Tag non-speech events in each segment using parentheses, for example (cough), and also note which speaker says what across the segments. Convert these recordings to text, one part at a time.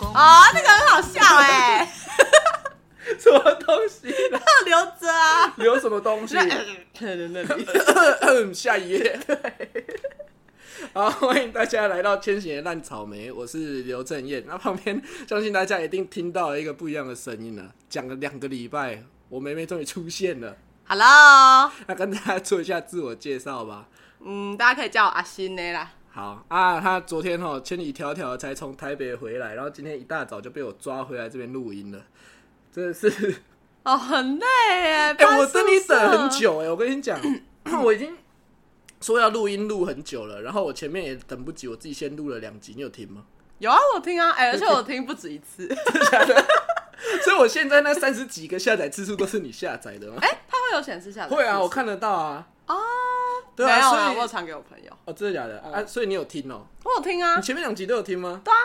Speaker 1: 啊哎哦
Speaker 2: 哦，那个很好笑哎、欸，
Speaker 1: (laughs) 什么东西啦？
Speaker 2: 留着啊。
Speaker 1: 留什么东西？
Speaker 2: 那里
Speaker 1: (laughs) 下一页。好，欢迎大家来到千禧的烂草莓，我是刘正燕。那旁边相信大家一定听到了一个不一样的声音了。讲了两个礼拜，我妹妹终于出现了。
Speaker 2: ，Hello，
Speaker 1: 那跟大家做一下自我介绍吧。
Speaker 2: 嗯，大家可以叫我阿新呢啦。
Speaker 1: 好啊，她昨天哦千里迢迢才从台北回来，然后今天一大早就被我抓回来这边录音了，真的是。
Speaker 2: 哦，很累哎、
Speaker 1: (laughs) 哎、
Speaker 2: 搬
Speaker 1: 我等你
Speaker 2: 宿舍
Speaker 1: 等很。久哎、我跟你
Speaker 2: (clears throat)
Speaker 1: 讲，我已经说要录音录很久了，然后我前面也等不及，我自己先录了两集，你有听吗？ (laughs)
Speaker 2: 有啊，我听啊，哎、而且我听不止一次。
Speaker 1: 所以我现在那三十几个下载次数都是你下载
Speaker 2: (laughs)
Speaker 1: 的吗？
Speaker 2: 哎、它会有显示下来。
Speaker 1: 会
Speaker 2: 是
Speaker 1: 啊，
Speaker 2: 不是
Speaker 1: 我看得到啊。
Speaker 2: 哦，
Speaker 1: 对
Speaker 2: 没有
Speaker 1: 啊，
Speaker 2: 啦，我
Speaker 1: 所
Speaker 2: 有
Speaker 1: 以
Speaker 2: 传给我朋友，
Speaker 1: 哦，真的假的啊？所以你有听哦？
Speaker 2: 我有听啊
Speaker 1: 你。前面两集都有听吗？
Speaker 2: 对啊，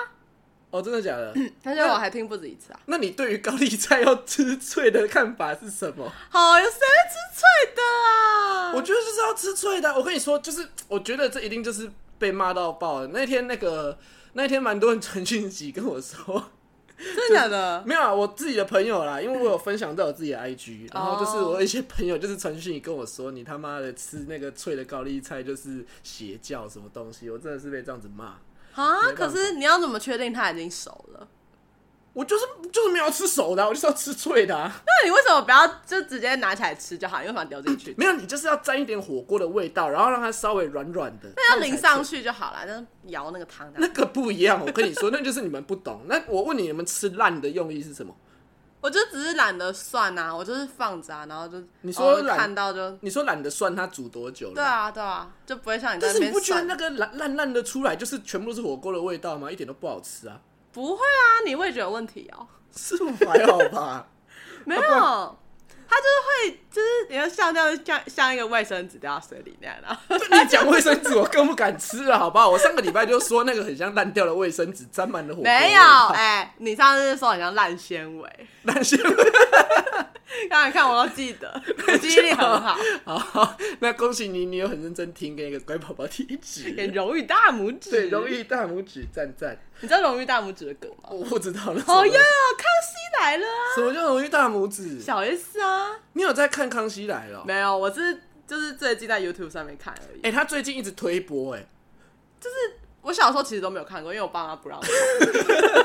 Speaker 1: 哦，真的假的？
Speaker 2: 而且我还听不止一次啊。
Speaker 1: 那你对于高丽菜要吃脆的看法是什么？
Speaker 2: 好，有谁会吃脆的啊？
Speaker 1: (laughs) 我觉得就是要吃脆的啊。我跟你说，就是我觉得这一定就是被骂到爆了。那天那个那天蛮多人传讯息跟我说， (laughs)
Speaker 2: 真的假的？
Speaker 1: 没有啊，我自己的朋友啦，因为我有分享到我自己的
Speaker 2: 哦
Speaker 1: IG，然后就是我有一些朋友就是传讯息跟我说，你他妈的吃那个脆的高丽菜就是邪教什么东西，我真的是被这样子骂。
Speaker 2: 啊，
Speaker 1: 没办法
Speaker 2: 可是你要怎么确定它已经熟了？
Speaker 1: 我就是就是没有要吃熟的啊、我就是要吃脆的、啊。
Speaker 2: 那你为什么不要就直接拿起来吃就好？你为什么要丢进去？
Speaker 1: 没有，你就是要沾一点火锅的味道，然后让它稍微软软的。
Speaker 2: 那要淋
Speaker 1: 这样才脆
Speaker 2: 上去就好了，就是舀那个汤的
Speaker 1: 那。 (laughs) 个不一样，我跟你说，那就是你们不懂。那我问你，你们吃烂的用意是什么？
Speaker 2: 我就只是懒得涮啊，我就是放着、啊，然后就
Speaker 1: 你说
Speaker 2: 哦
Speaker 1: 懒
Speaker 2: 看到就
Speaker 1: 你说懒得蒜它煮多久了？
Speaker 2: 对。啊对啊，就不会像你在
Speaker 1: 但
Speaker 2: 那
Speaker 1: 是你
Speaker 2: 边
Speaker 1: 不觉得
Speaker 2: 涮。
Speaker 1: 那个烂烂烂的出来，就是全部都是火锅的味道吗？一点都不好吃啊！
Speaker 2: 不会啊，你味觉有问题哦、
Speaker 1: 是我还好吧？
Speaker 2: 没有，它就是会就是你的笑掉像像一个卫生纸掉到水里啊那样
Speaker 1: (laughs)
Speaker 2: 的。
Speaker 1: 你讲卫生纸，我更不敢吃啊了，好不好？我上个礼拜就说那个很像烂掉的卫生纸，沾满了火锅。
Speaker 2: 没有，
Speaker 1: 啊
Speaker 2: 哎、你上次说好像烂纤
Speaker 1: (laughs)
Speaker 2: 维，
Speaker 1: 那些
Speaker 2: 刚才看我都记
Speaker 1: (laughs)
Speaker 2: 得，我记忆力很好，
Speaker 1: 好，那恭喜你，你有很认真听，给你个乖宝宝提
Speaker 2: 给
Speaker 1: 指，
Speaker 2: 荣誉大拇指。
Speaker 1: 对，荣，誉大拇指赞赞。
Speaker 2: 你知道荣誉大拇指的梗吗？
Speaker 1: 我不知道了，
Speaker 2: 哦哟，康熙来了啊，
Speaker 1: 什么叫荣誉大拇指？
Speaker 2: 小 S 啊，
Speaker 1: 你有在看《康熙来了哦》？
Speaker 2: 没有，我是就是最近在 YouTube 上面看而已。欸
Speaker 1: 哎、他最近一直推播、哎，
Speaker 2: 我小时候其实都没有看过，因为我爸妈不
Speaker 1: (laughs)
Speaker 2: 让我。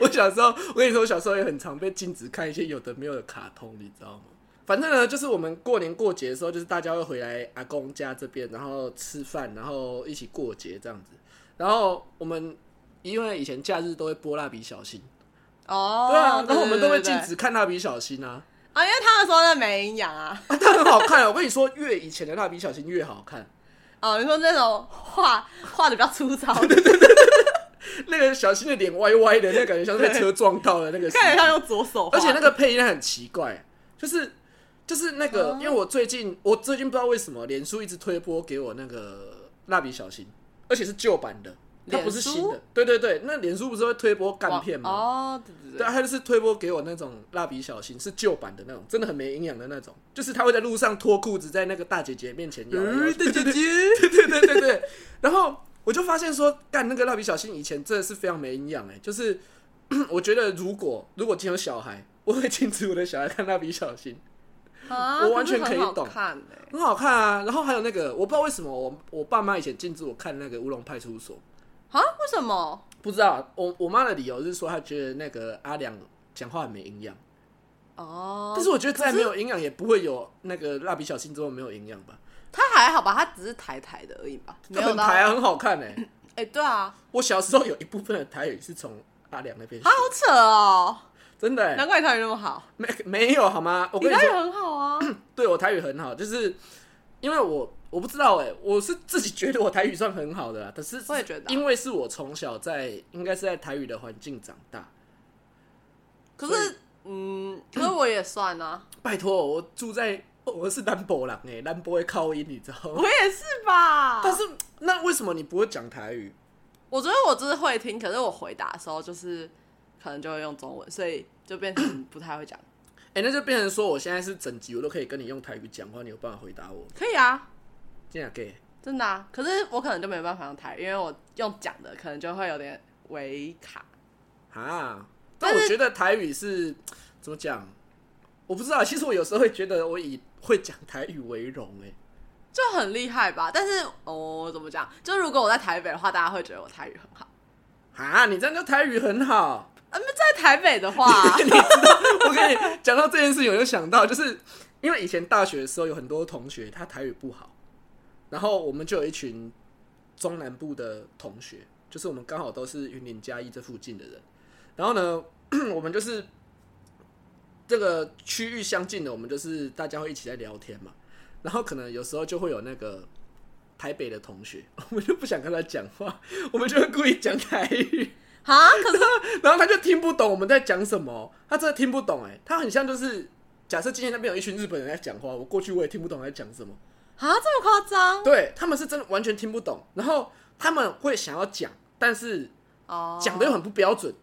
Speaker 1: 我小时候，我跟你说，我小时候也很常被禁止看一些有的没有的卡通，你知道吗？反正呢，就是我们过年过节的时候，就是大家会回来阿公家这边，然后吃饭，然后一起过节这样子。然后我们因为以前假日都会播《蜡笔小新》，
Speaker 2: 哦，
Speaker 1: 对啊，然后我们都会
Speaker 2: 对
Speaker 1: 禁
Speaker 2: 对对
Speaker 1: 止看《蜡笔小新》啊，
Speaker 2: 啊，因为他们说那没营养啊。
Speaker 1: 啊它很好看、我跟你说，越以前的《蜡笔小新》越好看。
Speaker 2: 哦，你说那种画画的比较粗
Speaker 1: (laughs)
Speaker 2: 糙的，
Speaker 1: 那个小新的脸歪歪的，那感觉像是被车撞到了那个时候。
Speaker 2: 看起来像用左手画。
Speaker 1: 而且那个配音很奇怪，就是就是那个，
Speaker 2: 哦
Speaker 1: 因为我最近我最近不知道为什么脸书一直推播给我那个蜡笔小新，而且是旧版的，它不是新
Speaker 2: 脸
Speaker 1: 的
Speaker 2: 书。
Speaker 1: 对对对，那脸书不是会推播干片吗？
Speaker 2: 哦，对对
Speaker 1: 对，啊
Speaker 2: 对。
Speaker 1: 它就是推播给我那种蜡笔小新，是旧版的那种，真的很没营养的那种，就是他会在路上脱裤子，在那个大姐姐面前摇来摇去。
Speaker 2: 嗯对对
Speaker 1: (laughs) 对对对对对。然后我就发现说，干那个蜡笔小新以前真的是非常没营养哎，就是 (clears throat) 我觉得如果如果今天有小孩，我会禁止我的小孩看蜡笔小新，
Speaker 2: 啊，
Speaker 1: 我完全
Speaker 2: 可是
Speaker 1: 可以
Speaker 2: 很好
Speaker 1: 懂
Speaker 2: 看欸
Speaker 1: 很好看啊。然后还有那个，我不知道为什么我我爸妈以前禁止我看那个《乌龙派出所》，
Speaker 2: 啊，为什么？
Speaker 1: 不知道我我妈的理由是说她觉得那个阿良讲话很没营养，
Speaker 2: 哦，
Speaker 1: 但是我觉得再没有营养也不会有那个蜡笔小新这么没有营养吧。
Speaker 2: 他还好吧，他只是抬抬的而已吧，没有
Speaker 1: 很
Speaker 2: 到。
Speaker 1: 台
Speaker 2: 哎、
Speaker 1: 啊，很好看哎、
Speaker 2: 对啊，
Speaker 1: 我小时候有一部分的台语是从阿良那边学
Speaker 2: 他，好扯哦，
Speaker 1: 真的、欸。
Speaker 2: 难怪台语那么好，
Speaker 1: 没 (laughs) 没有好吗？我
Speaker 2: 你
Speaker 1: 跟你
Speaker 2: 台语
Speaker 1: 说，
Speaker 2: 很好啊。
Speaker 1: 对我台语很好，就是因为我我不知道哎、我是自己觉得我台语算很好的啦，可是
Speaker 2: 我也觉得啊
Speaker 1: 因为是我从小在应该是在台语的环境长大。
Speaker 2: 可是，嗯，可是我也算啊，
Speaker 1: 拜托，我住在我是南博人哎、南博会靠音，你知道
Speaker 2: (laughs)
Speaker 1: 吗
Speaker 2: 我？也是吧。
Speaker 1: 但是那为什么你不会讲台语？
Speaker 2: 我觉得我只是会听，可是我回答的时候就是可能就会用中文，所以就变成不太会讲。
Speaker 1: 哎、那就变成说我现在是整集我都可以跟你用台语讲话，你有办法回答我？
Speaker 2: 可以啊，
Speaker 1: 这样给
Speaker 2: 真的啊。可是我可能就没办法用台语，因为我用讲的可能就会有点微卡。
Speaker 1: 啊。但我觉得台语是怎么讲？我不知道。其实我有时候会觉得我以会讲台语为荣哎、
Speaker 2: 就很厉害吧？但是哦，怎么讲？就如果我在台北的话，大家会觉得我台语很好。
Speaker 1: 啊，你这样就台语很好。
Speaker 2: 嗯，在台北的 (laughs) 话，
Speaker 1: (laughs) 我跟你讲到这件事情，我就想到，就是因为以前大学的时候有很多同学他台语不好，然后我们就有一群中南部的同学，就是我们刚好都是云林嘉义这附近的人，然后呢， (clears throat) 我们就是这个区域相近的，我们就是大家会一起在聊天嘛，然后可能有时候就会有那个。台北的同学， (laughs) 我们就不想跟他讲话，我们就会故意讲台语，
Speaker 2: 啊，可是
Speaker 1: 然后他就听不懂我们在讲什么，他真的听不懂哎、他很像就是假设今天那边有一群日本人在讲话，我过去我也听不懂在讲什么，
Speaker 2: 啊，这么夸张
Speaker 1: 对他们是真的完全听不懂，然后他们会想要讲，但是
Speaker 2: 哦，
Speaker 1: 讲的又很不标准，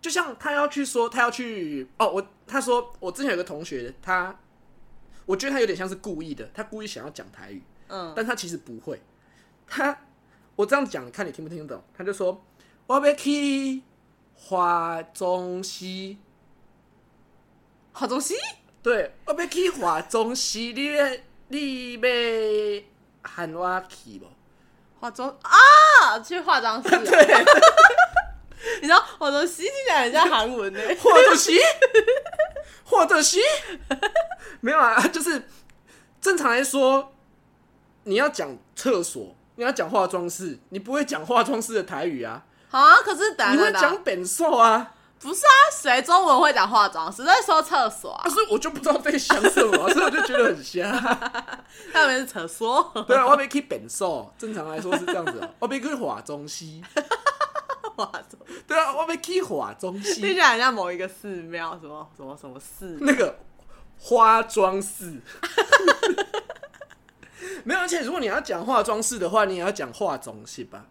Speaker 1: 就像他要去说他要去哦，我他说我之前有个同学，他我觉得他有点像是故意的，他故意想要讲台语，
Speaker 2: 嗯，
Speaker 1: 但他其实不会。他我这样讲，看你听不听得懂？他就说我要去华中西，
Speaker 2: 好东西
Speaker 1: 对，我要去华中西，你要你要喊我去不？
Speaker 2: 化妆啊，去化妆
Speaker 1: (laughs)
Speaker 2: 室、对， (laughs) 你知道化妆师听起来很像韩文
Speaker 1: (laughs)
Speaker 2: 呢、
Speaker 1: 华中西，华中西，没有啊，就是正常来说，你要讲厕所，你要讲化妆室，你不会讲化妆室的台语啊，
Speaker 2: 啊，可是等
Speaker 1: 你
Speaker 2: 下
Speaker 1: 会
Speaker 2: 等下
Speaker 1: 讲本兽啊。
Speaker 2: 不是啊，谁中文会讲化妆师？在说厕所啊
Speaker 1: 啊，，所以我就不知道在想什 (laughs) 么，所以我就觉得很瞎。
Speaker 2: 他们是厕所，
Speaker 1: (laughs) 对啊，我被 keep 本寿，正常来说是这样子、哦，我被 keep 华中西。
Speaker 2: 化妆
Speaker 1: 对啊，我被 keep 华中
Speaker 2: 听起
Speaker 1: 西，
Speaker 2: 来很像某一个寺庙，什么什么什么寺，
Speaker 1: 那个花妆寺。 (laughs) 没有，而且如果你要讲化妆室的话，你也要讲化中系吧？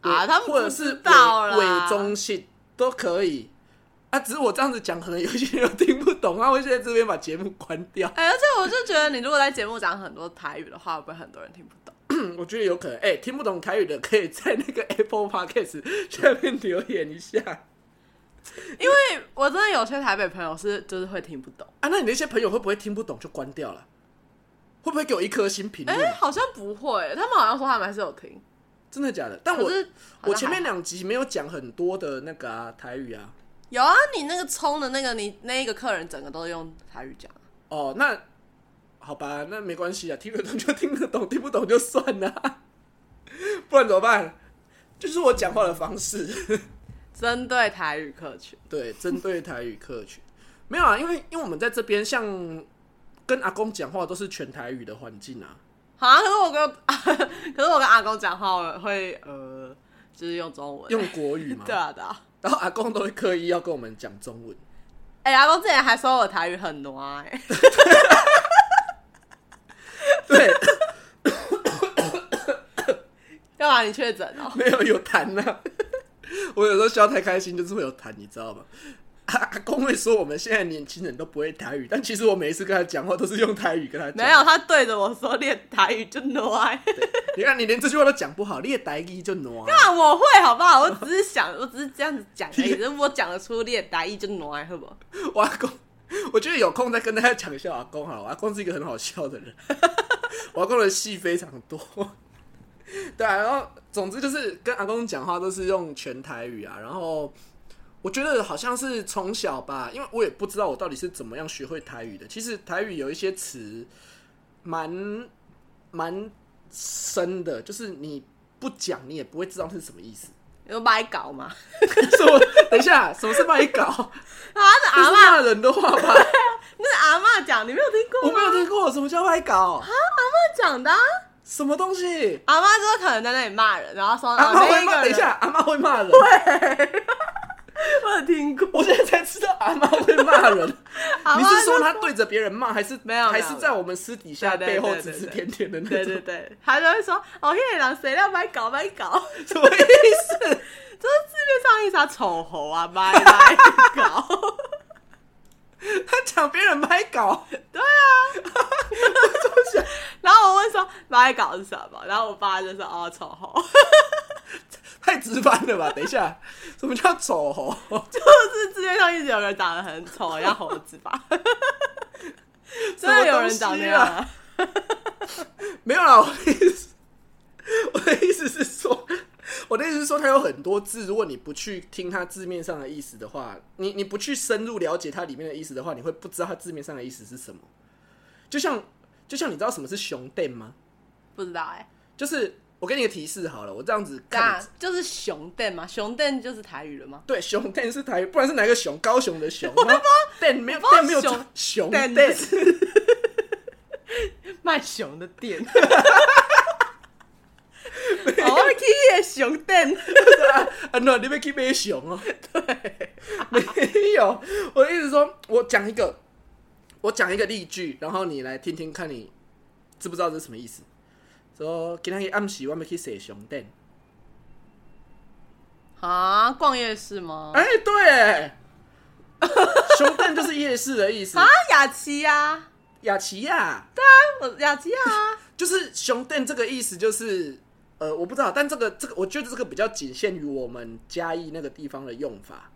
Speaker 2: 啊他们
Speaker 1: 或者
Speaker 2: 不知
Speaker 1: 是
Speaker 2: 道啦
Speaker 1: 伪伪中系都可以。啊，只是我这样子讲，可能有些人听不懂啊。我现在这边把节目关掉。
Speaker 2: 哎、而且我就觉得，你如果在节目讲很多台语的话，会不会很多人听不
Speaker 1: (laughs)
Speaker 2: 懂？
Speaker 1: 我觉得有可能，哎、听不懂台语的可以在那个 (laughs) Apple Podcast 下面留言一下
Speaker 2: 因为我真的有些台北朋友是就是会听不懂，
Speaker 1: 啊。那你那些朋友会不会听不懂就关掉了？会不会给我一颗星评
Speaker 2: 哎、
Speaker 1: 论？
Speaker 2: 好像不会，他们好像说他们还是有听，
Speaker 1: 真的假的？但
Speaker 2: 可
Speaker 1: 我
Speaker 2: 是好像还
Speaker 1: 我前面两集没有讲很多的那个、啊、台语啊。
Speaker 2: 有啊，你那个冲的那个你那一个客人整个都用台语讲，
Speaker 1: 哦，那好吧，那没关系啊，听得懂就听得懂，听不懂就算了、啊不然怎么办？就是我讲话的方式。
Speaker 2: 针对台语客群，
Speaker 1: 对，针对台语客群， (laughs) 没有啊，因为因为我们在这边像跟阿公讲话都是全台语的环
Speaker 2: (laughs)
Speaker 1: 境啊，
Speaker 2: 好、啊，可是我 (laughs) 跟可是我跟阿公讲话我会呃，就是用中文，
Speaker 1: 用国语嘛
Speaker 2: (laughs) 对，啊对啊，
Speaker 1: 然后阿公都会刻意要跟我们讲中文， (laughs)
Speaker 2: 哎、阿公之前还说我台语很暖、哎 (laughs)
Speaker 1: 对，
Speaker 2: 干嘛你确诊
Speaker 1: (laughs)
Speaker 2: 哦？
Speaker 1: 没有有痰呐、啊， (laughs) 我有时候笑太开心就是会有痰，你知道吗？ (laughs) 阿阿公会说我们现在年轻人都不会台语，但其实我每一次跟他讲话都是用台语跟他讲。
Speaker 2: 没有，，他对着我说练台语就哎暖。
Speaker 1: (laughs)
Speaker 2: (laughs)
Speaker 1: 你看你连这句话都讲不好，你也台语就挪、啊。
Speaker 2: 那我会好不好？我只是想，我只是这样子讲而
Speaker 1: (laughs)
Speaker 2: 已。只是我讲得出练打一就暖，好不好？
Speaker 1: 我阿公， (laughs) 我觉得有空再跟大家讲一下我阿公好了。我阿公是一个很好笑的人， (laughs) 我阿公的戏非常多。 (laughs) 对啊，然后总之就是跟阿公讲话都是用全台语啊。然后我觉得好像是从小吧，因为我也不知道我到底是怎么样学会台语的。其实台语有一些词蛮蛮深的，就是你不讲你也不会知道是什么意思。 (laughs)
Speaker 2: 有白搞嘛？ (laughs)
Speaker 1: 所以我等一下，什么是卖搞？
Speaker 2: 啊，那
Speaker 1: 这是
Speaker 2: 阿
Speaker 1: (laughs)
Speaker 2: 妈，
Speaker 1: 骂人的话吧？
Speaker 2: 那阿妈讲，你没有听过
Speaker 1: 我
Speaker 2: 吗？
Speaker 1: 没有听过什么叫歪搞，
Speaker 2: 她讲的啊、
Speaker 1: 什么东西？
Speaker 2: 阿妈就是可能在那里骂人，然后说
Speaker 1: 阿
Speaker 2: 啊，
Speaker 1: 妈
Speaker 2: 那
Speaker 1: 会
Speaker 2: 一
Speaker 1: 骂，
Speaker 2: 个
Speaker 1: 等一
Speaker 2: 人，
Speaker 1: 下，阿妈会骂
Speaker 2: (laughs)
Speaker 1: 人。
Speaker 2: 我有听过。
Speaker 1: 我现在才知道阿妈会骂人。
Speaker 2: (laughs) 阿
Speaker 1: 你
Speaker 2: 嬷就是
Speaker 1: 说她对着别人骂，还是
Speaker 2: 没有没
Speaker 1: 还
Speaker 2: 有
Speaker 1: 是在我们私底下
Speaker 2: 对对
Speaker 1: 背后
Speaker 2: 对
Speaker 1: 指
Speaker 2: 对
Speaker 1: 指
Speaker 2: 对
Speaker 1: 点点的那种？
Speaker 2: 对对对，他就会说哦，那个人谁要白搞白 (laughs) 搞，
Speaker 1: (laughs) 什么意思？
Speaker 2: 这是字面上意思啊，丑猴啊，白白搞。 (laughs)
Speaker 1: 他讲别人歪搞，
Speaker 2: (laughs) 然后我问说白搞是什么，然后我爸就说哦，丑猴。
Speaker 1: 太值班了吧？等一下，什么叫丑猴？
Speaker 2: 世界上一直有人长得很丑，像猴子吧？
Speaker 1: (laughs) 什
Speaker 2: 真
Speaker 1: 么
Speaker 2: 的
Speaker 1: 东西啊
Speaker 2: 有人长那样、啊？
Speaker 1: 没有啦，我的意思， (laughs) 我的意思是说，我的意思是说，它有很多字，如果你不去听它字面上的意思的话，你你不去深入了解它里面的意思的话，你会不知道它字面上的意思是什么。就像就像你知道什么是熊蛋吗？
Speaker 2: 不知道哎、欸，
Speaker 1: 就是我给你个提示好了，我这样子
Speaker 2: 对啊
Speaker 1: 看，，
Speaker 2: 就是熊蛋嘛，熊蛋就是台语了吗？
Speaker 1: 对，熊蛋是台语，不然是哪个熊？高雄的熊，然后蛋没有
Speaker 2: 我不知道
Speaker 1: 蛋没有
Speaker 2: 熊
Speaker 1: 熊蛋
Speaker 2: 蛋是 (laughs) 卖熊的店。
Speaker 1: (laughs)
Speaker 2: 哦我会去夜熊店，
Speaker 1: 啊，那你被 keep 被熊哦。 (laughs) 对，没有，我的意思说，我讲一个，我讲一个例句，然后你来听听看，你知不知道这是什么意思？说今天暗时我们去洗熊蛋。
Speaker 2: 啊，逛夜市吗？
Speaker 1: 哎、对耶，熊蛋就是夜市的意思
Speaker 2: 啊。，雅琪呀，
Speaker 1: 雅琪亚
Speaker 2: 我雅琪啊呀，
Speaker 1: 就是熊蛋这个意思，就是呃，我不知道，但这个这个，我觉得这个比较仅限于我们嘉义那个地方的用法，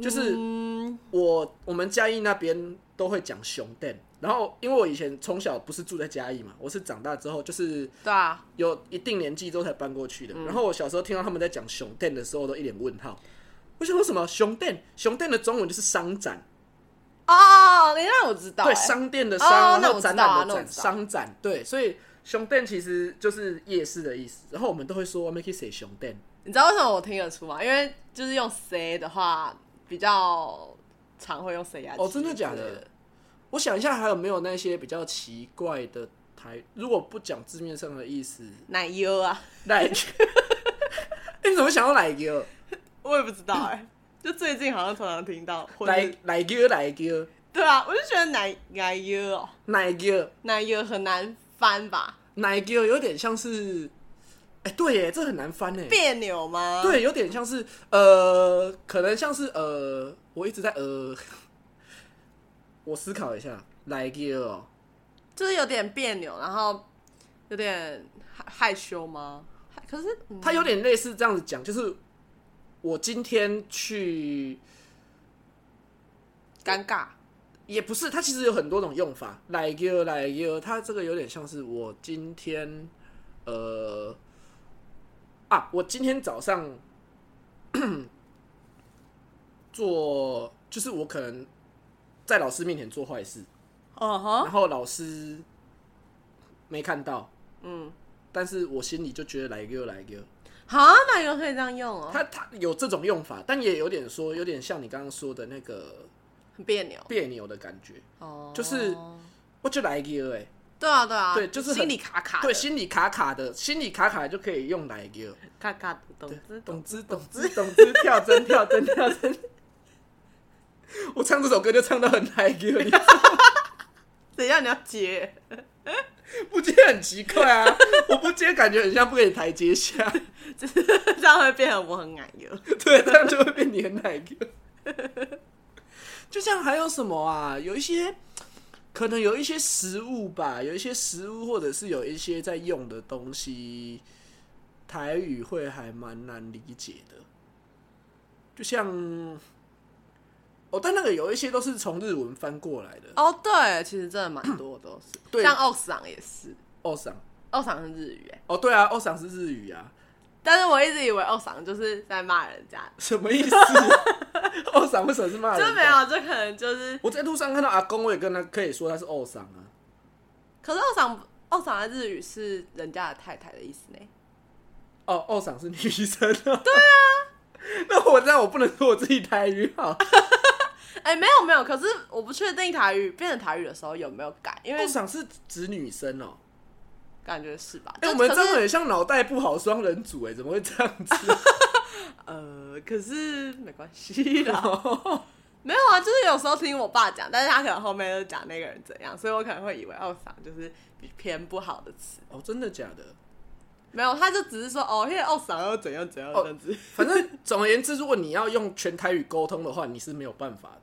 Speaker 1: 就是。
Speaker 2: 嗯，
Speaker 1: 我我们嘉义那边都会讲熊蛋，然后因为我以前从小不是住在嘉义嘛，我是长大之后就是
Speaker 2: 对啊，
Speaker 1: 有一定年纪之后才搬过去
Speaker 2: 嗯
Speaker 1: 的。然后我小时候听到他们在讲熊蛋的时候，都一脸问号。我想说什么熊蛋？熊蛋的中文就是商展，
Speaker 2: 哦，你让我知道欸，
Speaker 1: 对，商店的商，
Speaker 2: 哦那
Speaker 1: 然
Speaker 2: 我
Speaker 1: 后
Speaker 2: 知道
Speaker 1: 展
Speaker 2: 啊
Speaker 1: 览
Speaker 2: 那
Speaker 1: 的
Speaker 2: 我
Speaker 1: 展，
Speaker 2: 知道
Speaker 1: 商展对，所以熊蛋其实就是夜市的意思。然后我们都会说我们可以写熊蛋，
Speaker 2: 你知道为什么我听得出吗？因为就是用 C 的话，比较常会用 C 牙。
Speaker 1: 哦真的假的？我想一下还有没有那些比较奇怪的台，如果不讲字面上的意思，
Speaker 2: 奶油啊，
Speaker 1: 奶牛， (laughs) 你怎么想到奶牛？
Speaker 2: 我也不知道哎、
Speaker 1: (laughs)
Speaker 2: 就最近好像常常听到，或者
Speaker 1: 奶奶牛奶牛
Speaker 2: 对啊，我就觉得奶奶油哦，
Speaker 1: 奶牛
Speaker 2: 奶油很难翻吧？
Speaker 1: 奶牛有点像是，哎、对耶，这很难翻哎。
Speaker 2: 别扭吗？，
Speaker 1: 对，有点像是呃，可能像是呃，我一直在呃， (laughs) 我思考一下，奶牛哦，
Speaker 2: 就是有点别扭，然后有点害害羞吗？害可是、嗯
Speaker 1: 它有点类似这样子讲，就是我今天去。
Speaker 2: 尴尬
Speaker 1: 也不是，它其实有很多种用法。来 you 来 you，它这个有点像是我今天，呃，啊，我今天早上 (coughs) 做，就是我可能在老师面前做坏事，
Speaker 2: 哦哈，
Speaker 1: 然后老师没看到，
Speaker 2: 嗯，
Speaker 1: 但是我心里就觉得来 you 来 you，
Speaker 2: 好，奶油可以这样用哦，
Speaker 1: 它它有这种用法，但也有点说，有点像你刚刚说的那个
Speaker 2: 很别扭
Speaker 1: 别扭的感觉，
Speaker 2: 哦，
Speaker 1: 就是我就来 you 哎、
Speaker 2: 对啊对啊，
Speaker 1: 对就是很
Speaker 2: 心里卡卡的，
Speaker 1: 对，心里卡卡的，心里卡卡就可以用来给我。
Speaker 2: 卡卡的懂之懂
Speaker 1: 懂之懂之懂之跳针跳针跳针。我唱这首歌就唱到很来给我，你
Speaker 2: (laughs) 等一下你要接，
Speaker 1: 不接很奇怪啊！我不接感觉很像不给你台阶下，
Speaker 2: 就是这样会变成我很奶油。
Speaker 1: (laughs) 对，这样就会变你很奶给我。就像还有什么啊？有一些可能有一些食物吧，有一些食物或者是有一些在用的东西，台语会还蛮难理解的。就像哦，但那个有一些都是从日文翻过来的。
Speaker 2: 哦，对，其实真的蛮多都是，
Speaker 1: 对
Speaker 2: 像奥斯朗也是，
Speaker 1: 奥桑
Speaker 2: 奥斯朗是日语哎，
Speaker 1: 哦，对啊，奥桑是日语啊，
Speaker 2: 但是我一直以为奥斯朗就是在骂人家，
Speaker 1: 什么
Speaker 2: (laughs)
Speaker 1: 意思？奥桑为什么是骂人？
Speaker 2: 就没。有，就可能就是，
Speaker 1: 我在路上看到阿公，我也跟他可以说他是奥桑啊。
Speaker 2: 可是奥斯朗奥斯朗的日语是人家的太太的意思呢，
Speaker 1: 哦，奥赏是女生啊。对啊。那我知道我不能说我自己台语好。
Speaker 2: 啊哎、没有没有，可是我不确定台语变成台语的时候有没有改，因为
Speaker 1: 奥赏是指女生哦。
Speaker 2: 感觉是吧？
Speaker 1: 哎、
Speaker 2: 就
Speaker 1: 我们
Speaker 2: 啊可
Speaker 1: 真的
Speaker 2: 是
Speaker 1: 很像脑袋不好双人组哎，怎么会这样子？
Speaker 2: 呃，可是没关系啦。
Speaker 1: 哦
Speaker 2: 没有啊，就是有时候听我爸讲，但是他可能后面就讲那个人怎样，所以我可能会以为奥桑就是偏不好的词。
Speaker 1: (laughs) 哦，真的假的？
Speaker 2: 没有，他就只是说哦，因为奥桑又怎样怎样
Speaker 1: 哦
Speaker 2: 这样子。
Speaker 1: 反正总而言之，如果你要用全台语沟通的话，你是没有办法的。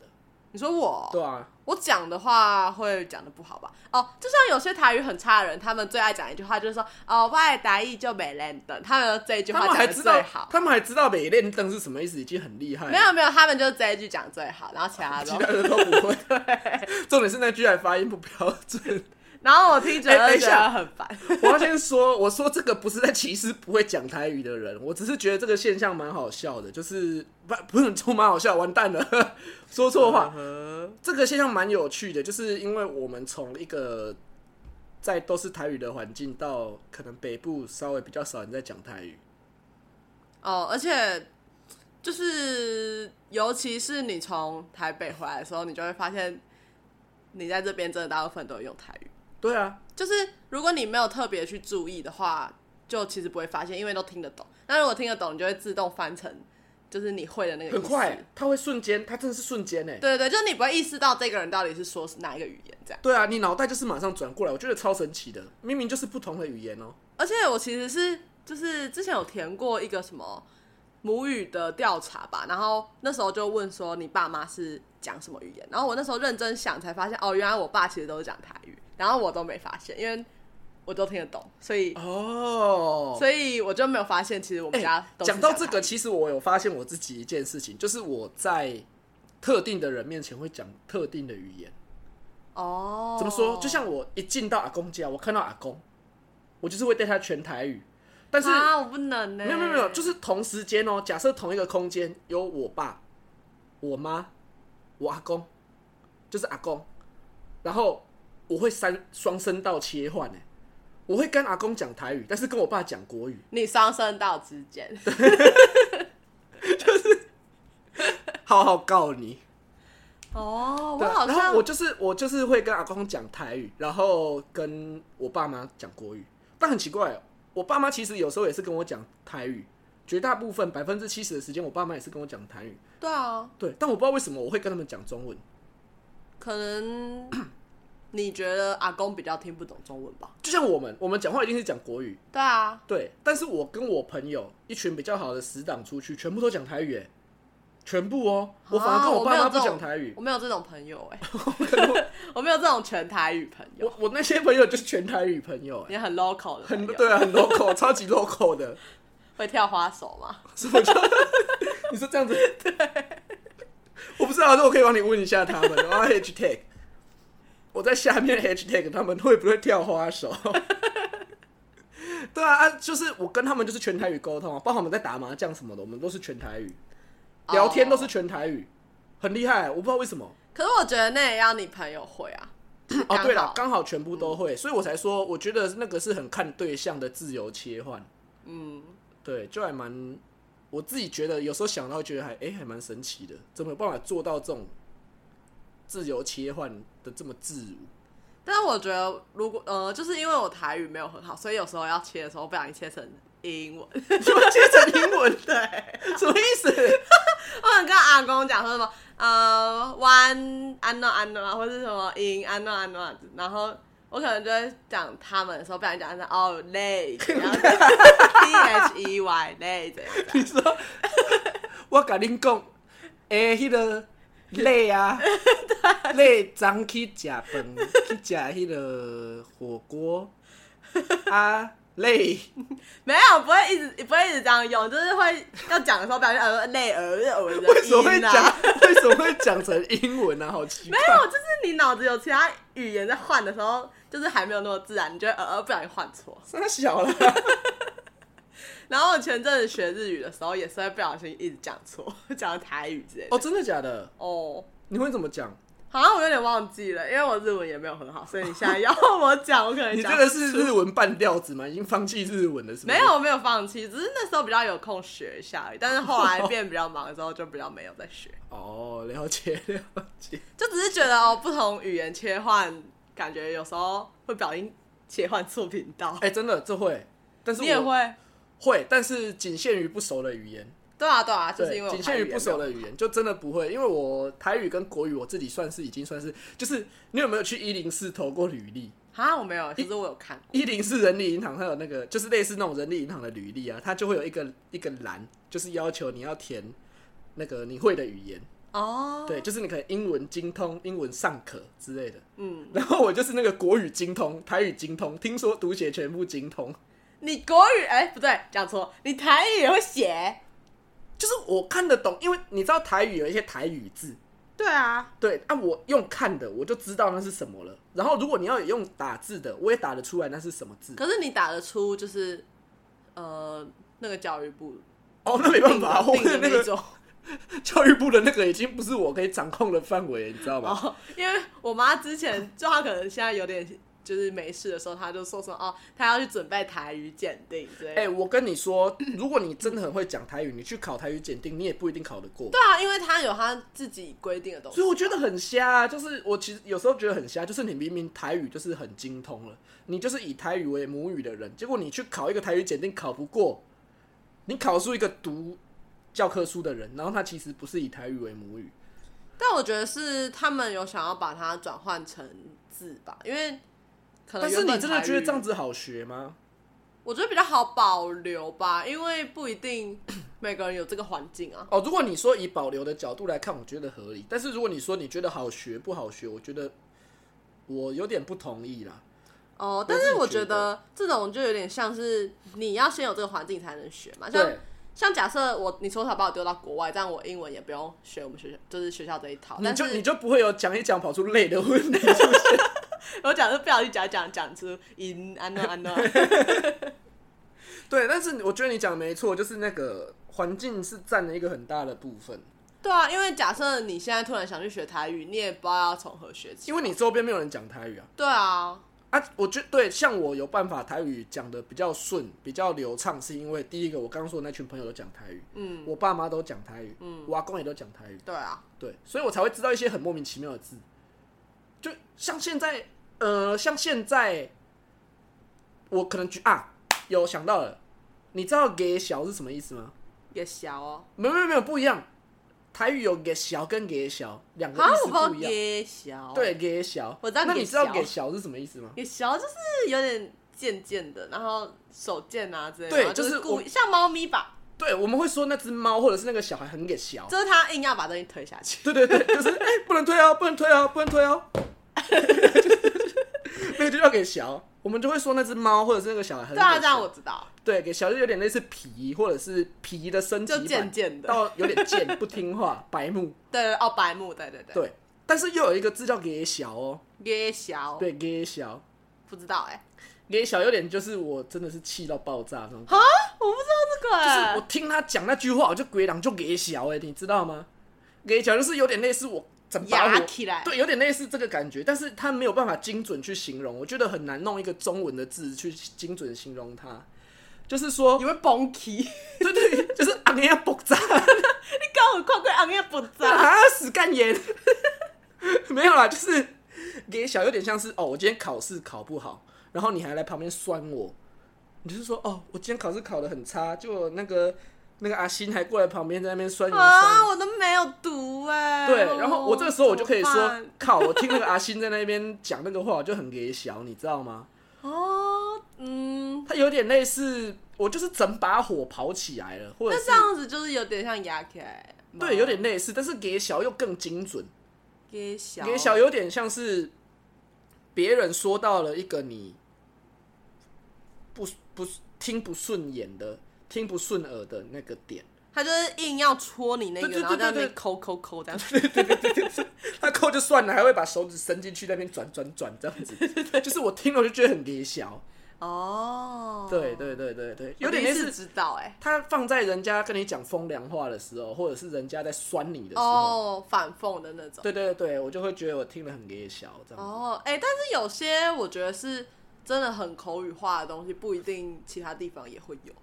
Speaker 2: 你说我，
Speaker 1: 对啊，
Speaker 2: 我讲的话会讲的不好吧？哦，就像有些台语很差的人，他们最爱讲一句话，就是说哦，我的台语就没人等，他们这一句
Speaker 1: 他
Speaker 2: 话
Speaker 1: 们还
Speaker 2: 讲的
Speaker 1: 知道
Speaker 2: 最好。
Speaker 1: 他们还知道美练灯是什么意思，已经很厉害了。
Speaker 2: 没有没有，他们就这一句讲最好，然后其他
Speaker 1: (laughs) 其
Speaker 2: 都
Speaker 1: 他。的都不会。 (laughs) 重点是那句还发音不标准。
Speaker 2: 然后我听着
Speaker 1: 哎等
Speaker 2: 就
Speaker 1: 一
Speaker 2: 觉
Speaker 1: 下
Speaker 2: 得很
Speaker 1: (laughs)
Speaker 2: 烦。
Speaker 1: 我要先说，我说这个不是在歧视不会讲台语的人，我只是觉得这个现象蛮好笑的，就是不不是说蛮好笑，完蛋了， (laughs) 说错话。
Speaker 2: 嗯
Speaker 1: 这个现象蛮有趣的，就是因为我们从一个在都是台语的环境，到可能北部稍微比较少人在讲台语，
Speaker 2: 哦，而且就是尤其是你从台北回来的时候，你就会发现你在这边真的大部分都用台语。
Speaker 1: 对啊，
Speaker 2: 就是如果你没有特别去注意的话，就其实不会发现，因为都听得懂。那如果听得懂，你就会自动翻成就是你会的那个
Speaker 1: 很
Speaker 2: 意思。
Speaker 1: 快，它会瞬间，它真的是瞬间哎。
Speaker 2: 对对对，就是你不会意识到这个人到底是说是哪一个语言这样。
Speaker 1: 对啊，你脑袋就是马上转过来，我觉得超神奇的，明明就是不同的语言哦、
Speaker 2: 而且我其实是就是之前有填过一个什么母语的调查吧，然后那时候就问说你爸妈是讲什么语言，然后我那时候认真想才发现哦，原来我爸其实都是讲台语，然后我都没发现，因为我都听得懂，所以、
Speaker 1: 哦，
Speaker 2: 所以我就没有发现其实我们家都是啊
Speaker 1: 哎讲到这
Speaker 2: 台
Speaker 1: 个，
Speaker 2: 语
Speaker 1: 其实我有发现我自己一件事情，就是我在特定的人面前会讲特定的语言。
Speaker 2: 哦，
Speaker 1: 怎么说？就像我一进到阿公家，我看到阿公，我就是会对他全台语。但是、
Speaker 2: 啊，我不能呢、
Speaker 1: 没有没有没有，就是同时间哦、假设同一个空间有我爸、我妈、我阿公，就是阿公，然后我会三双声道切换呢、我会跟阿公讲台语，但是跟我爸讲国语。
Speaker 2: 你双声道之间，
Speaker 1: 好好告你。
Speaker 2: 哦，我
Speaker 1: 对，啊
Speaker 2: 好
Speaker 1: 然
Speaker 2: 像
Speaker 1: 后我就是我就是会跟阿公讲台语，然后跟我爸妈讲国语。但很奇怪，我爸妈其实有时候也是跟我讲台语，绝大部分百分之七十的时间，我爸妈也是跟我讲台语。
Speaker 2: 对啊，
Speaker 1: 对，但我不知道为什么我会跟他们讲中文，
Speaker 2: 可能你觉得阿公比较听不懂中文吧？
Speaker 1: 就像我们我们讲话一定是讲国语，
Speaker 2: 对啊，
Speaker 1: 对。但是我跟我朋友一群比较好的死党出去，全部都讲台语、欸，全部哦、我反而跟
Speaker 2: 啊
Speaker 1: 我爸
Speaker 2: 没有
Speaker 1: 妈不
Speaker 2: 这种
Speaker 1: 讲台语，
Speaker 2: 我没有这种朋友
Speaker 1: (laughs)
Speaker 2: 哎、我没有这种全台语朋友，
Speaker 1: 我我那些朋友就是全台语朋友、欸，
Speaker 2: 你很 local 的
Speaker 1: 很
Speaker 2: 朋友，
Speaker 1: 对啊，很 local，超级 local 的。
Speaker 2: 会跳花手吗？
Speaker 1: 什么叫？ (laughs) 你说这样子？对，我不知道，那我可以帮你问一下他们。然后 hashtag，我在下面 hashtag 他们会不会跳花手？对啊，啊，就是我跟他们就是全台语沟通啊，包括我们在打麻将什么的，我们都是全台语，
Speaker 2: 哦
Speaker 1: 聊天都是全台语，很厉害。我不知道为什么。
Speaker 2: 可是我觉得那也要你朋友会啊。
Speaker 1: 哦，对了
Speaker 2: 了，，
Speaker 1: 刚好嗯全部都会，所以我才说，我觉得那个是很看对象的自由切换。
Speaker 2: 嗯，
Speaker 1: 对，就还蛮，我自己觉得有时候想到觉得还哎、诶还蛮神奇的，怎么有办法做到这种自由切换的这么自 (laughs) 如？
Speaker 2: 但是我觉得如果呃，就是因为我台语没有很好，所以有时候要切的时候不小心切成英文。
Speaker 1: 怎么切成英文的？ (laughs) 什么意思？
Speaker 2: 我很跟阿公讲说什么呃，one 安诺安诺啊，或是什么 in 安诺安诺啊，然后我可能就会讲他们的时候，不小心讲成哦
Speaker 1: (laughs)
Speaker 2: 累，然后 t h e y 累这样。
Speaker 1: 你说我跟恁讲，哎、迄、个累 (laughs) 啊，累昨去食饭，去食迄个火锅啊，累。
Speaker 2: 没有，不会一直不会一直这样用，就是会要讲的时候表现呃累呃呃的音啊。
Speaker 1: 为什么会讲？为什么会讲成英文啊？好奇怪。
Speaker 2: 没有，就是你脑子有其他语言在换的时候，就是还没有那么自然，你就会呃呃不小心换错。
Speaker 1: 太小了。
Speaker 2: 然后我前阵子学日语的时候，也是会不小心一直讲错， (laughs) 讲台语之类的。
Speaker 1: 哦，真的假的？
Speaker 2: 哦，
Speaker 1: 你会怎么讲？
Speaker 2: 好像我有点忘记了，因为我日文也没有很好，所以你现在要我讲，我可能
Speaker 1: (laughs) 你
Speaker 2: 讲
Speaker 1: 真的是日文半吊子吗？已经放弃日文了是吗？
Speaker 2: 哎没有，我没有放弃，只是那时候比较有空学一下而已，但是后来变比较忙的时候就比较没有在学。
Speaker 1: 哦，了解了解。
Speaker 2: 就只是觉得哦，不同语言切换，感觉有时候会不小心切换错频道。
Speaker 1: 哎、真的这会，但是
Speaker 2: 哦你也
Speaker 1: 我
Speaker 2: 会？
Speaker 1: 会，但是仅限于不熟的语言。
Speaker 2: 对啊，对啊，就是
Speaker 1: 对
Speaker 2: 因为我
Speaker 1: 仅限于不熟的
Speaker 2: 语
Speaker 1: 语言，就真的不会，因为我台语跟国语我自己算是已经算是，就是你有没有去一零四投过履历？
Speaker 2: 啊，我没有，其实我有看过。
Speaker 1: 一零四人力银行，它有那个就是类似那种人力银行的履历啊，它就会有一个一个栏，就是要求你要填那个你会的语言。
Speaker 2: 哦，
Speaker 1: 对，就是你可能英文精通、英文尚可之类的。
Speaker 2: 嗯，
Speaker 1: 然后我就是那个国语精通、台语精通，听说读写全部精通。
Speaker 2: 你国语哎、不对，讲错，你台语也会写，
Speaker 1: 就是我看得懂，因为你知道台语有一些台语字，
Speaker 2: 对啊，
Speaker 1: 对啊，我用看的我就知道那是什么了。然后如果你要有用打字的，我也打得出来那是什么字。
Speaker 2: 可是你打得出就是呃那个教育部
Speaker 1: 哦，那没办法，我
Speaker 2: 定的
Speaker 1: 的那
Speaker 2: 那
Speaker 1: 个 (laughs)
Speaker 2: 种。
Speaker 1: 教育部的那个已经不是我可以掌控的范围，你知道吗？
Speaker 2: 哦，因为我妈之前就她可能现在有点就是没事的时候，她就说什么哦，她要去准备台语鉴定之类的。
Speaker 1: 哎、我跟你说，如果你真的很会讲台语，你去考台语检定，你也不一定考得过。
Speaker 2: 对啊，因为她有她自己规定的东西
Speaker 1: 所以。我觉得很瞎、啊，就是我其实有时候觉得很瞎，就是你明明台语就是很精通了，你就是以台语为母语的人，结果你去考一个台语检定考不过，你考出一个读教科书的人，然后他其实不是以台语为母语。
Speaker 2: 但我觉得是他们有想要把它转换成字吧，因为可能
Speaker 1: 但是
Speaker 2: 原
Speaker 1: 你
Speaker 2: 本
Speaker 1: 真的
Speaker 2: 台
Speaker 1: 觉得
Speaker 2: 语
Speaker 1: 这样，子好学吗？
Speaker 2: 我觉得比较好保留吧，因为不一定每个人有这个环境啊。
Speaker 1: 哦，如果你说以保留的角度来看，我觉得合理。但是如果你说你觉得好学不好学，我觉得我有点不同意啦。
Speaker 2: 哦，
Speaker 1: 自己
Speaker 2: 但是我
Speaker 1: 觉
Speaker 2: 觉得这种就有点像是你要先有这个环境才能学嘛，像
Speaker 1: 对，
Speaker 2: 像假设我你从小把我丢到国外，这样我英文也不用学我们学校就是学校这一套，
Speaker 1: 你
Speaker 2: 但
Speaker 1: 就你
Speaker 2: 是
Speaker 1: 就不会有讲一讲跑出累的问题。
Speaker 2: 我假设不小心讲讲讲出音安诺安诺，
Speaker 1: (laughs)
Speaker 2: (laughs)
Speaker 1: 对，但是我觉得你讲的没错，就是那个环境是占了一个很大的部分，
Speaker 2: 对啊，因为假设你现在突然想去学台语，你也不知道要从何学起
Speaker 1: 因，为你周边没有人讲台语啊。
Speaker 2: 对啊，
Speaker 1: 啊，我觉得对，像我有办法台语讲的比较顺、比较流畅，是因为第一个我刚刚说的那群朋友都讲台语，
Speaker 2: 嗯，
Speaker 1: 我爸妈都讲台语，嗯，我阿公也都讲台语，
Speaker 2: 对啊，
Speaker 1: 对，所以我才会知道一些很莫名其妙的字，就像现在，呃，像现在，我可能举啊，有想到了，你知道“给小”是什么意思吗？
Speaker 2: 也小哦。
Speaker 1: 没有没有没有不一样，台语有给小跟给小两个
Speaker 2: 好
Speaker 1: 意
Speaker 2: 像
Speaker 1: 思
Speaker 2: 啊我不知
Speaker 1: 不一
Speaker 2: 道
Speaker 1: 样。
Speaker 2: 给小，，哦
Speaker 1: 对，给小，
Speaker 2: 我知道
Speaker 1: 那
Speaker 2: 给
Speaker 1: 你知道
Speaker 2: 小
Speaker 1: 给小是什么意思吗？
Speaker 2: 给小就是有点贱贱的，然后手贱啊之类的，
Speaker 1: 对
Speaker 2: 然后就
Speaker 1: 就是
Speaker 2: 故
Speaker 1: 我
Speaker 2: 意像猫咪吧，
Speaker 1: 对，我们会说那只猫或者是那个小孩很给小。
Speaker 2: 就是它硬要把东西推下去。
Speaker 1: 对对对，就是哎、不能推哦，不能推哦，不能推哦。 (laughs) 那个就叫给小，我们就会说那只猫或者是那个小孩很
Speaker 2: 对啊，
Speaker 1: 给
Speaker 2: 这样
Speaker 1: 小
Speaker 2: 我知道，
Speaker 1: 对给小就有点类似皮或者是皮的升级
Speaker 2: 就
Speaker 1: 版，
Speaker 2: 贱贱的，
Speaker 1: 到有点贱不听话白目。
Speaker 2: 对哦，白目，对对 (laughs) 对，
Speaker 1: 对，但是又有一个字叫给小哦，
Speaker 2: 给小，
Speaker 1: 对给小。
Speaker 2: 不知道哎，
Speaker 1: 给小有点就是我真的是气到爆炸那种，
Speaker 2: 啊，我不知道这个
Speaker 1: 就是我
Speaker 2: 哎，
Speaker 1: 听他讲那句话，我就鬼狼就给小哎、欸，你知道吗？给小就是有点类似我整把
Speaker 2: 压
Speaker 1: 火，
Speaker 2: 起来，
Speaker 1: 对，有点类似这个感觉，但是他没有办法精准去形容，我觉得很难弄一个中文的字去精准形容它。就是说 (laughs)
Speaker 2: 你，会崩 (laughs) 起，
Speaker 1: 对对，就是 (laughs) 啊，你要爆炸
Speaker 2: 你搞我快快昂要不
Speaker 1: (laughs)
Speaker 2: (laughs) 炸，
Speaker 1: 啊，死干眼，没有啦，就是给小有点像是哦，我今天考试考不好，然后你还来旁边酸我，你就是说哦，我今天考试考得很差，就那个那个阿星还过来旁边在那边酸你酸
Speaker 2: 啊，
Speaker 1: 你。
Speaker 2: 我都没有读哎，
Speaker 1: 对，然后我这个时候我就可以
Speaker 2: 怎么
Speaker 1: 说
Speaker 2: 办，
Speaker 1: 靠！我听那个阿星在那边讲那个话，我就很给小，你知道吗？
Speaker 2: 哦，嗯，
Speaker 1: 他有点类似，我就是整把火跑起来了，或者
Speaker 2: 那
Speaker 1: 是
Speaker 2: 这样子就是有点像牙哎起来吗，
Speaker 1: 对，有点类似，但是给小又更精准。
Speaker 2: 给小
Speaker 1: 给小有点像是别人说到了一个你不不听不顺眼的、听不顺耳的那个点， (laughs)
Speaker 2: 他就是硬要戳你那个，
Speaker 1: 对对对
Speaker 2: 然后在那
Speaker 1: 对对
Speaker 2: 边抠抠抠这样，
Speaker 1: 他扣就算了，还会把手指伸进去那边转转转这样子，
Speaker 2: (laughs)
Speaker 1: 就是我听了就觉得很给小。
Speaker 2: 哦，
Speaker 1: 对，对对对对，有点
Speaker 2: 我
Speaker 1: 类
Speaker 2: 第一次
Speaker 1: 似
Speaker 2: 知道哎、
Speaker 1: 他放在人家跟你讲风凉话的时候，或者是人家在酸你的时候。
Speaker 2: 哦，反讽的那种，
Speaker 1: 对对对，我就会觉得我听了很给小这样子。
Speaker 2: 哦，哎、但是有些我觉得是真的很口语化的东西，不一定其他地方也会有，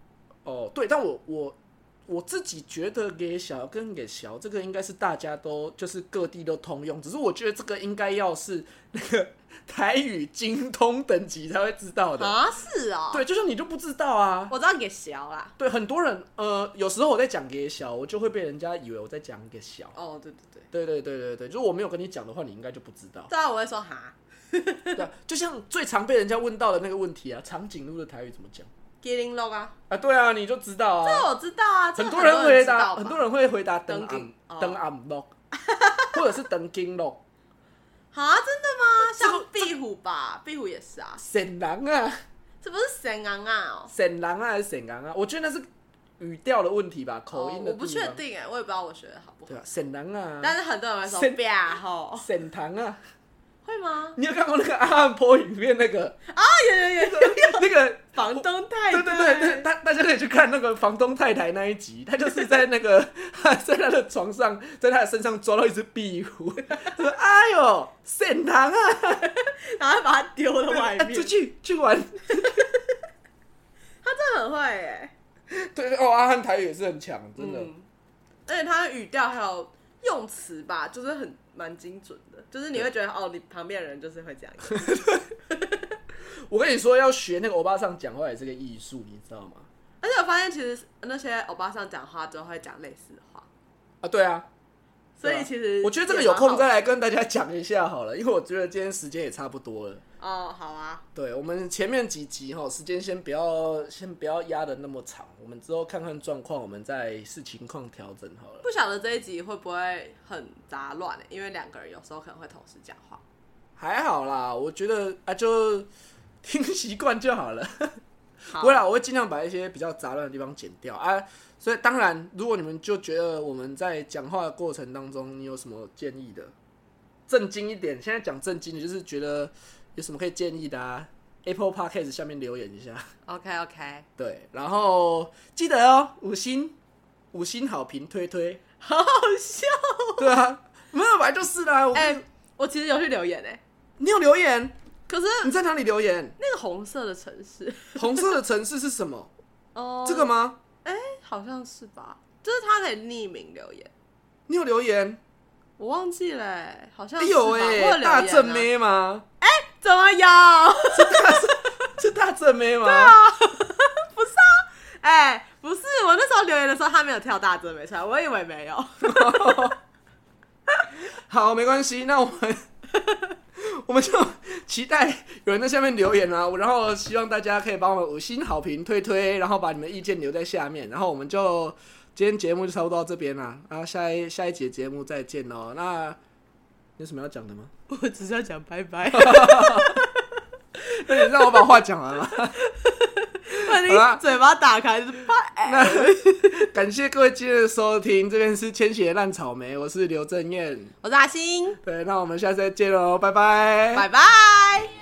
Speaker 1: 哦，对，但我我我自己觉得给小跟给小这个应该是大家都就是各地都通用，只是我觉得这个应该要是那个台语精通等级才会知道
Speaker 2: (laughs)
Speaker 1: 的。
Speaker 2: 啊，是哦，，
Speaker 1: 对，就像你就不知道啊。
Speaker 2: 我知道给小啦，
Speaker 1: 对，很多人呃，有时候我在讲给小，我就会被人家以为我在讲给小。
Speaker 2: 哦，对对对，
Speaker 1: 对对对对对，如果我没有跟你讲的话，你应该就不知
Speaker 2: (laughs)
Speaker 1: 道。
Speaker 2: 对啊，我会说哈，
Speaker 1: 对啊，就像最常被人家问到的那个问题啊，长颈鹿的台语怎么讲
Speaker 2: 吉林肉啊，
Speaker 1: 啊？对啊，你就知道啊。
Speaker 2: (laughs) 这我知道啊，这
Speaker 1: 很
Speaker 2: 多
Speaker 1: 多人回
Speaker 2: 知道
Speaker 1: 答，
Speaker 2: 吧
Speaker 1: 很多人会回答等
Speaker 2: 登顶
Speaker 1: 暗
Speaker 2: 哦
Speaker 1: 登暗 l o (laughs) 或者是等金龙，
Speaker 2: 啊，真的吗？
Speaker 1: 这
Speaker 2: 像壁虎吧，壁虎也是啊，
Speaker 1: 沈狼啊，
Speaker 2: 这不是神昂啊哦，
Speaker 1: 沈狼啊还是沈狼啊？我觉得那是语调的问题吧，口音
Speaker 2: 哦
Speaker 1: 的、
Speaker 2: 我不确，定哎，我也不知道我学的好不好
Speaker 1: 对，吧？沈狼啊，
Speaker 2: 但是很多人会说
Speaker 1: (laughs) 神
Speaker 2: 吧吼，
Speaker 1: 沈堂啊，
Speaker 2: 会吗？
Speaker 1: 你有看过那个阿汉坡影片那
Speaker 2: (laughs)
Speaker 1: 个
Speaker 2: 啊，有
Speaker 1: (laughs)
Speaker 2: 有有有，
Speaker 1: 那个
Speaker 2: 房东太
Speaker 1: 对对对对，
Speaker 2: 对，
Speaker 1: 大大家可以去看那个房东太太那一集，她就是在那个 (laughs) 在她的床上，在她的身上抓到一只壁虎， (laughs) 她说：“哎呦，沈堂啊，
Speaker 2: 然后把它丢到外
Speaker 1: 啊
Speaker 2: 面，
Speaker 1: (laughs) 出去去玩。
Speaker 2: 他真的很会哎，”
Speaker 1: 对哦，阿汉台语也是很强，真的。
Speaker 2: 嗯，而且他的语调还有用词吧，就是很蛮精准的，就是你会觉得哦，你旁边的人就是会这
Speaker 1: (laughs)
Speaker 2: 样，
Speaker 1: 我跟你说，要学那个欧巴桑讲话也是个艺术，你知道吗？
Speaker 2: 而且我发现其实那些欧巴桑讲话都会讲类似的话，
Speaker 1: 啊，对啊。
Speaker 2: 所
Speaker 1: 对
Speaker 2: 以
Speaker 1: 啊
Speaker 2: 其实
Speaker 1: 我觉得这个有空
Speaker 2: 在
Speaker 1: 再来跟大家讲一下好了，因为我觉得今天时间也差不多了。
Speaker 2: 哦，好啊，
Speaker 1: 对我们前面几集哈，时间先不要先不要压的那么长，我们之后看看状况，我们再视情况调整好了。
Speaker 2: 不晓得这一集会不会很杂乱欸因为两个人有时候可能会同时讲话。
Speaker 1: 还好啦，我觉得啊，就听习惯就好了。
Speaker 2: 好
Speaker 1: 不会啦，我会尽量把一些比较杂乱的地方剪掉啊。所以当然，如果你们就觉得我们在讲话的过程当中，你有什么建议的，正经一点。现在讲正经的，就是觉得有什么可以建议的啊，Apple Podcast 下面留言一下。
Speaker 2: OK
Speaker 1: (laughs)
Speaker 2: OK，
Speaker 1: 对，然后记得哦，五星五星好评推推， (laughs)
Speaker 2: 好好笑。
Speaker 1: 对啊，没有本来就是啦。我
Speaker 2: 哎、我其实有去留言哎、
Speaker 1: 你有留言？
Speaker 2: 可是
Speaker 1: 你在哪里留言？
Speaker 2: 那个红色的城市，
Speaker 1: 红色的城市是什么？
Speaker 2: (laughs) 哦，
Speaker 1: 这个吗？
Speaker 2: 哎、好像是吧？就是他可以匿名留言，
Speaker 1: 你有留言？
Speaker 2: 我忘记了、欸，好像
Speaker 1: 哎
Speaker 2: 是
Speaker 1: 有
Speaker 2: 吧我
Speaker 1: 哎、
Speaker 2: 有留言、啊、
Speaker 1: 大正妹吗？
Speaker 2: 怎么有？ (laughs)
Speaker 1: (laughs) 是大正妹吗？对啊，
Speaker 2: 哎、不是，我那时候留言的时候他没有跳大正没出来，我以为没有。
Speaker 1: 好，没关系，那我们 (laughs) 我们就期待有人在下面留言啊，我然后希望大家可以帮我们五星好评推推，然后把你们意见留在下面，然后我们就今天节目就差不多到这边啦，然后下一下一节节目再见喽。那你有什么要讲的吗？
Speaker 2: (laughs) 我只是要讲拜 (laughs) 拜，
Speaker 1: 那你让我把话讲完了。
Speaker 2: 我已
Speaker 1: 好啦
Speaker 2: 经嘴巴打开就是拜。哎
Speaker 1: 那 (laughs) 感谢各位今天的收听，这边是千禧的烂草莓，我是刘正燕。
Speaker 2: 我是阿星，
Speaker 1: 对，那我们下次再见喽，拜拜，
Speaker 2: 拜拜。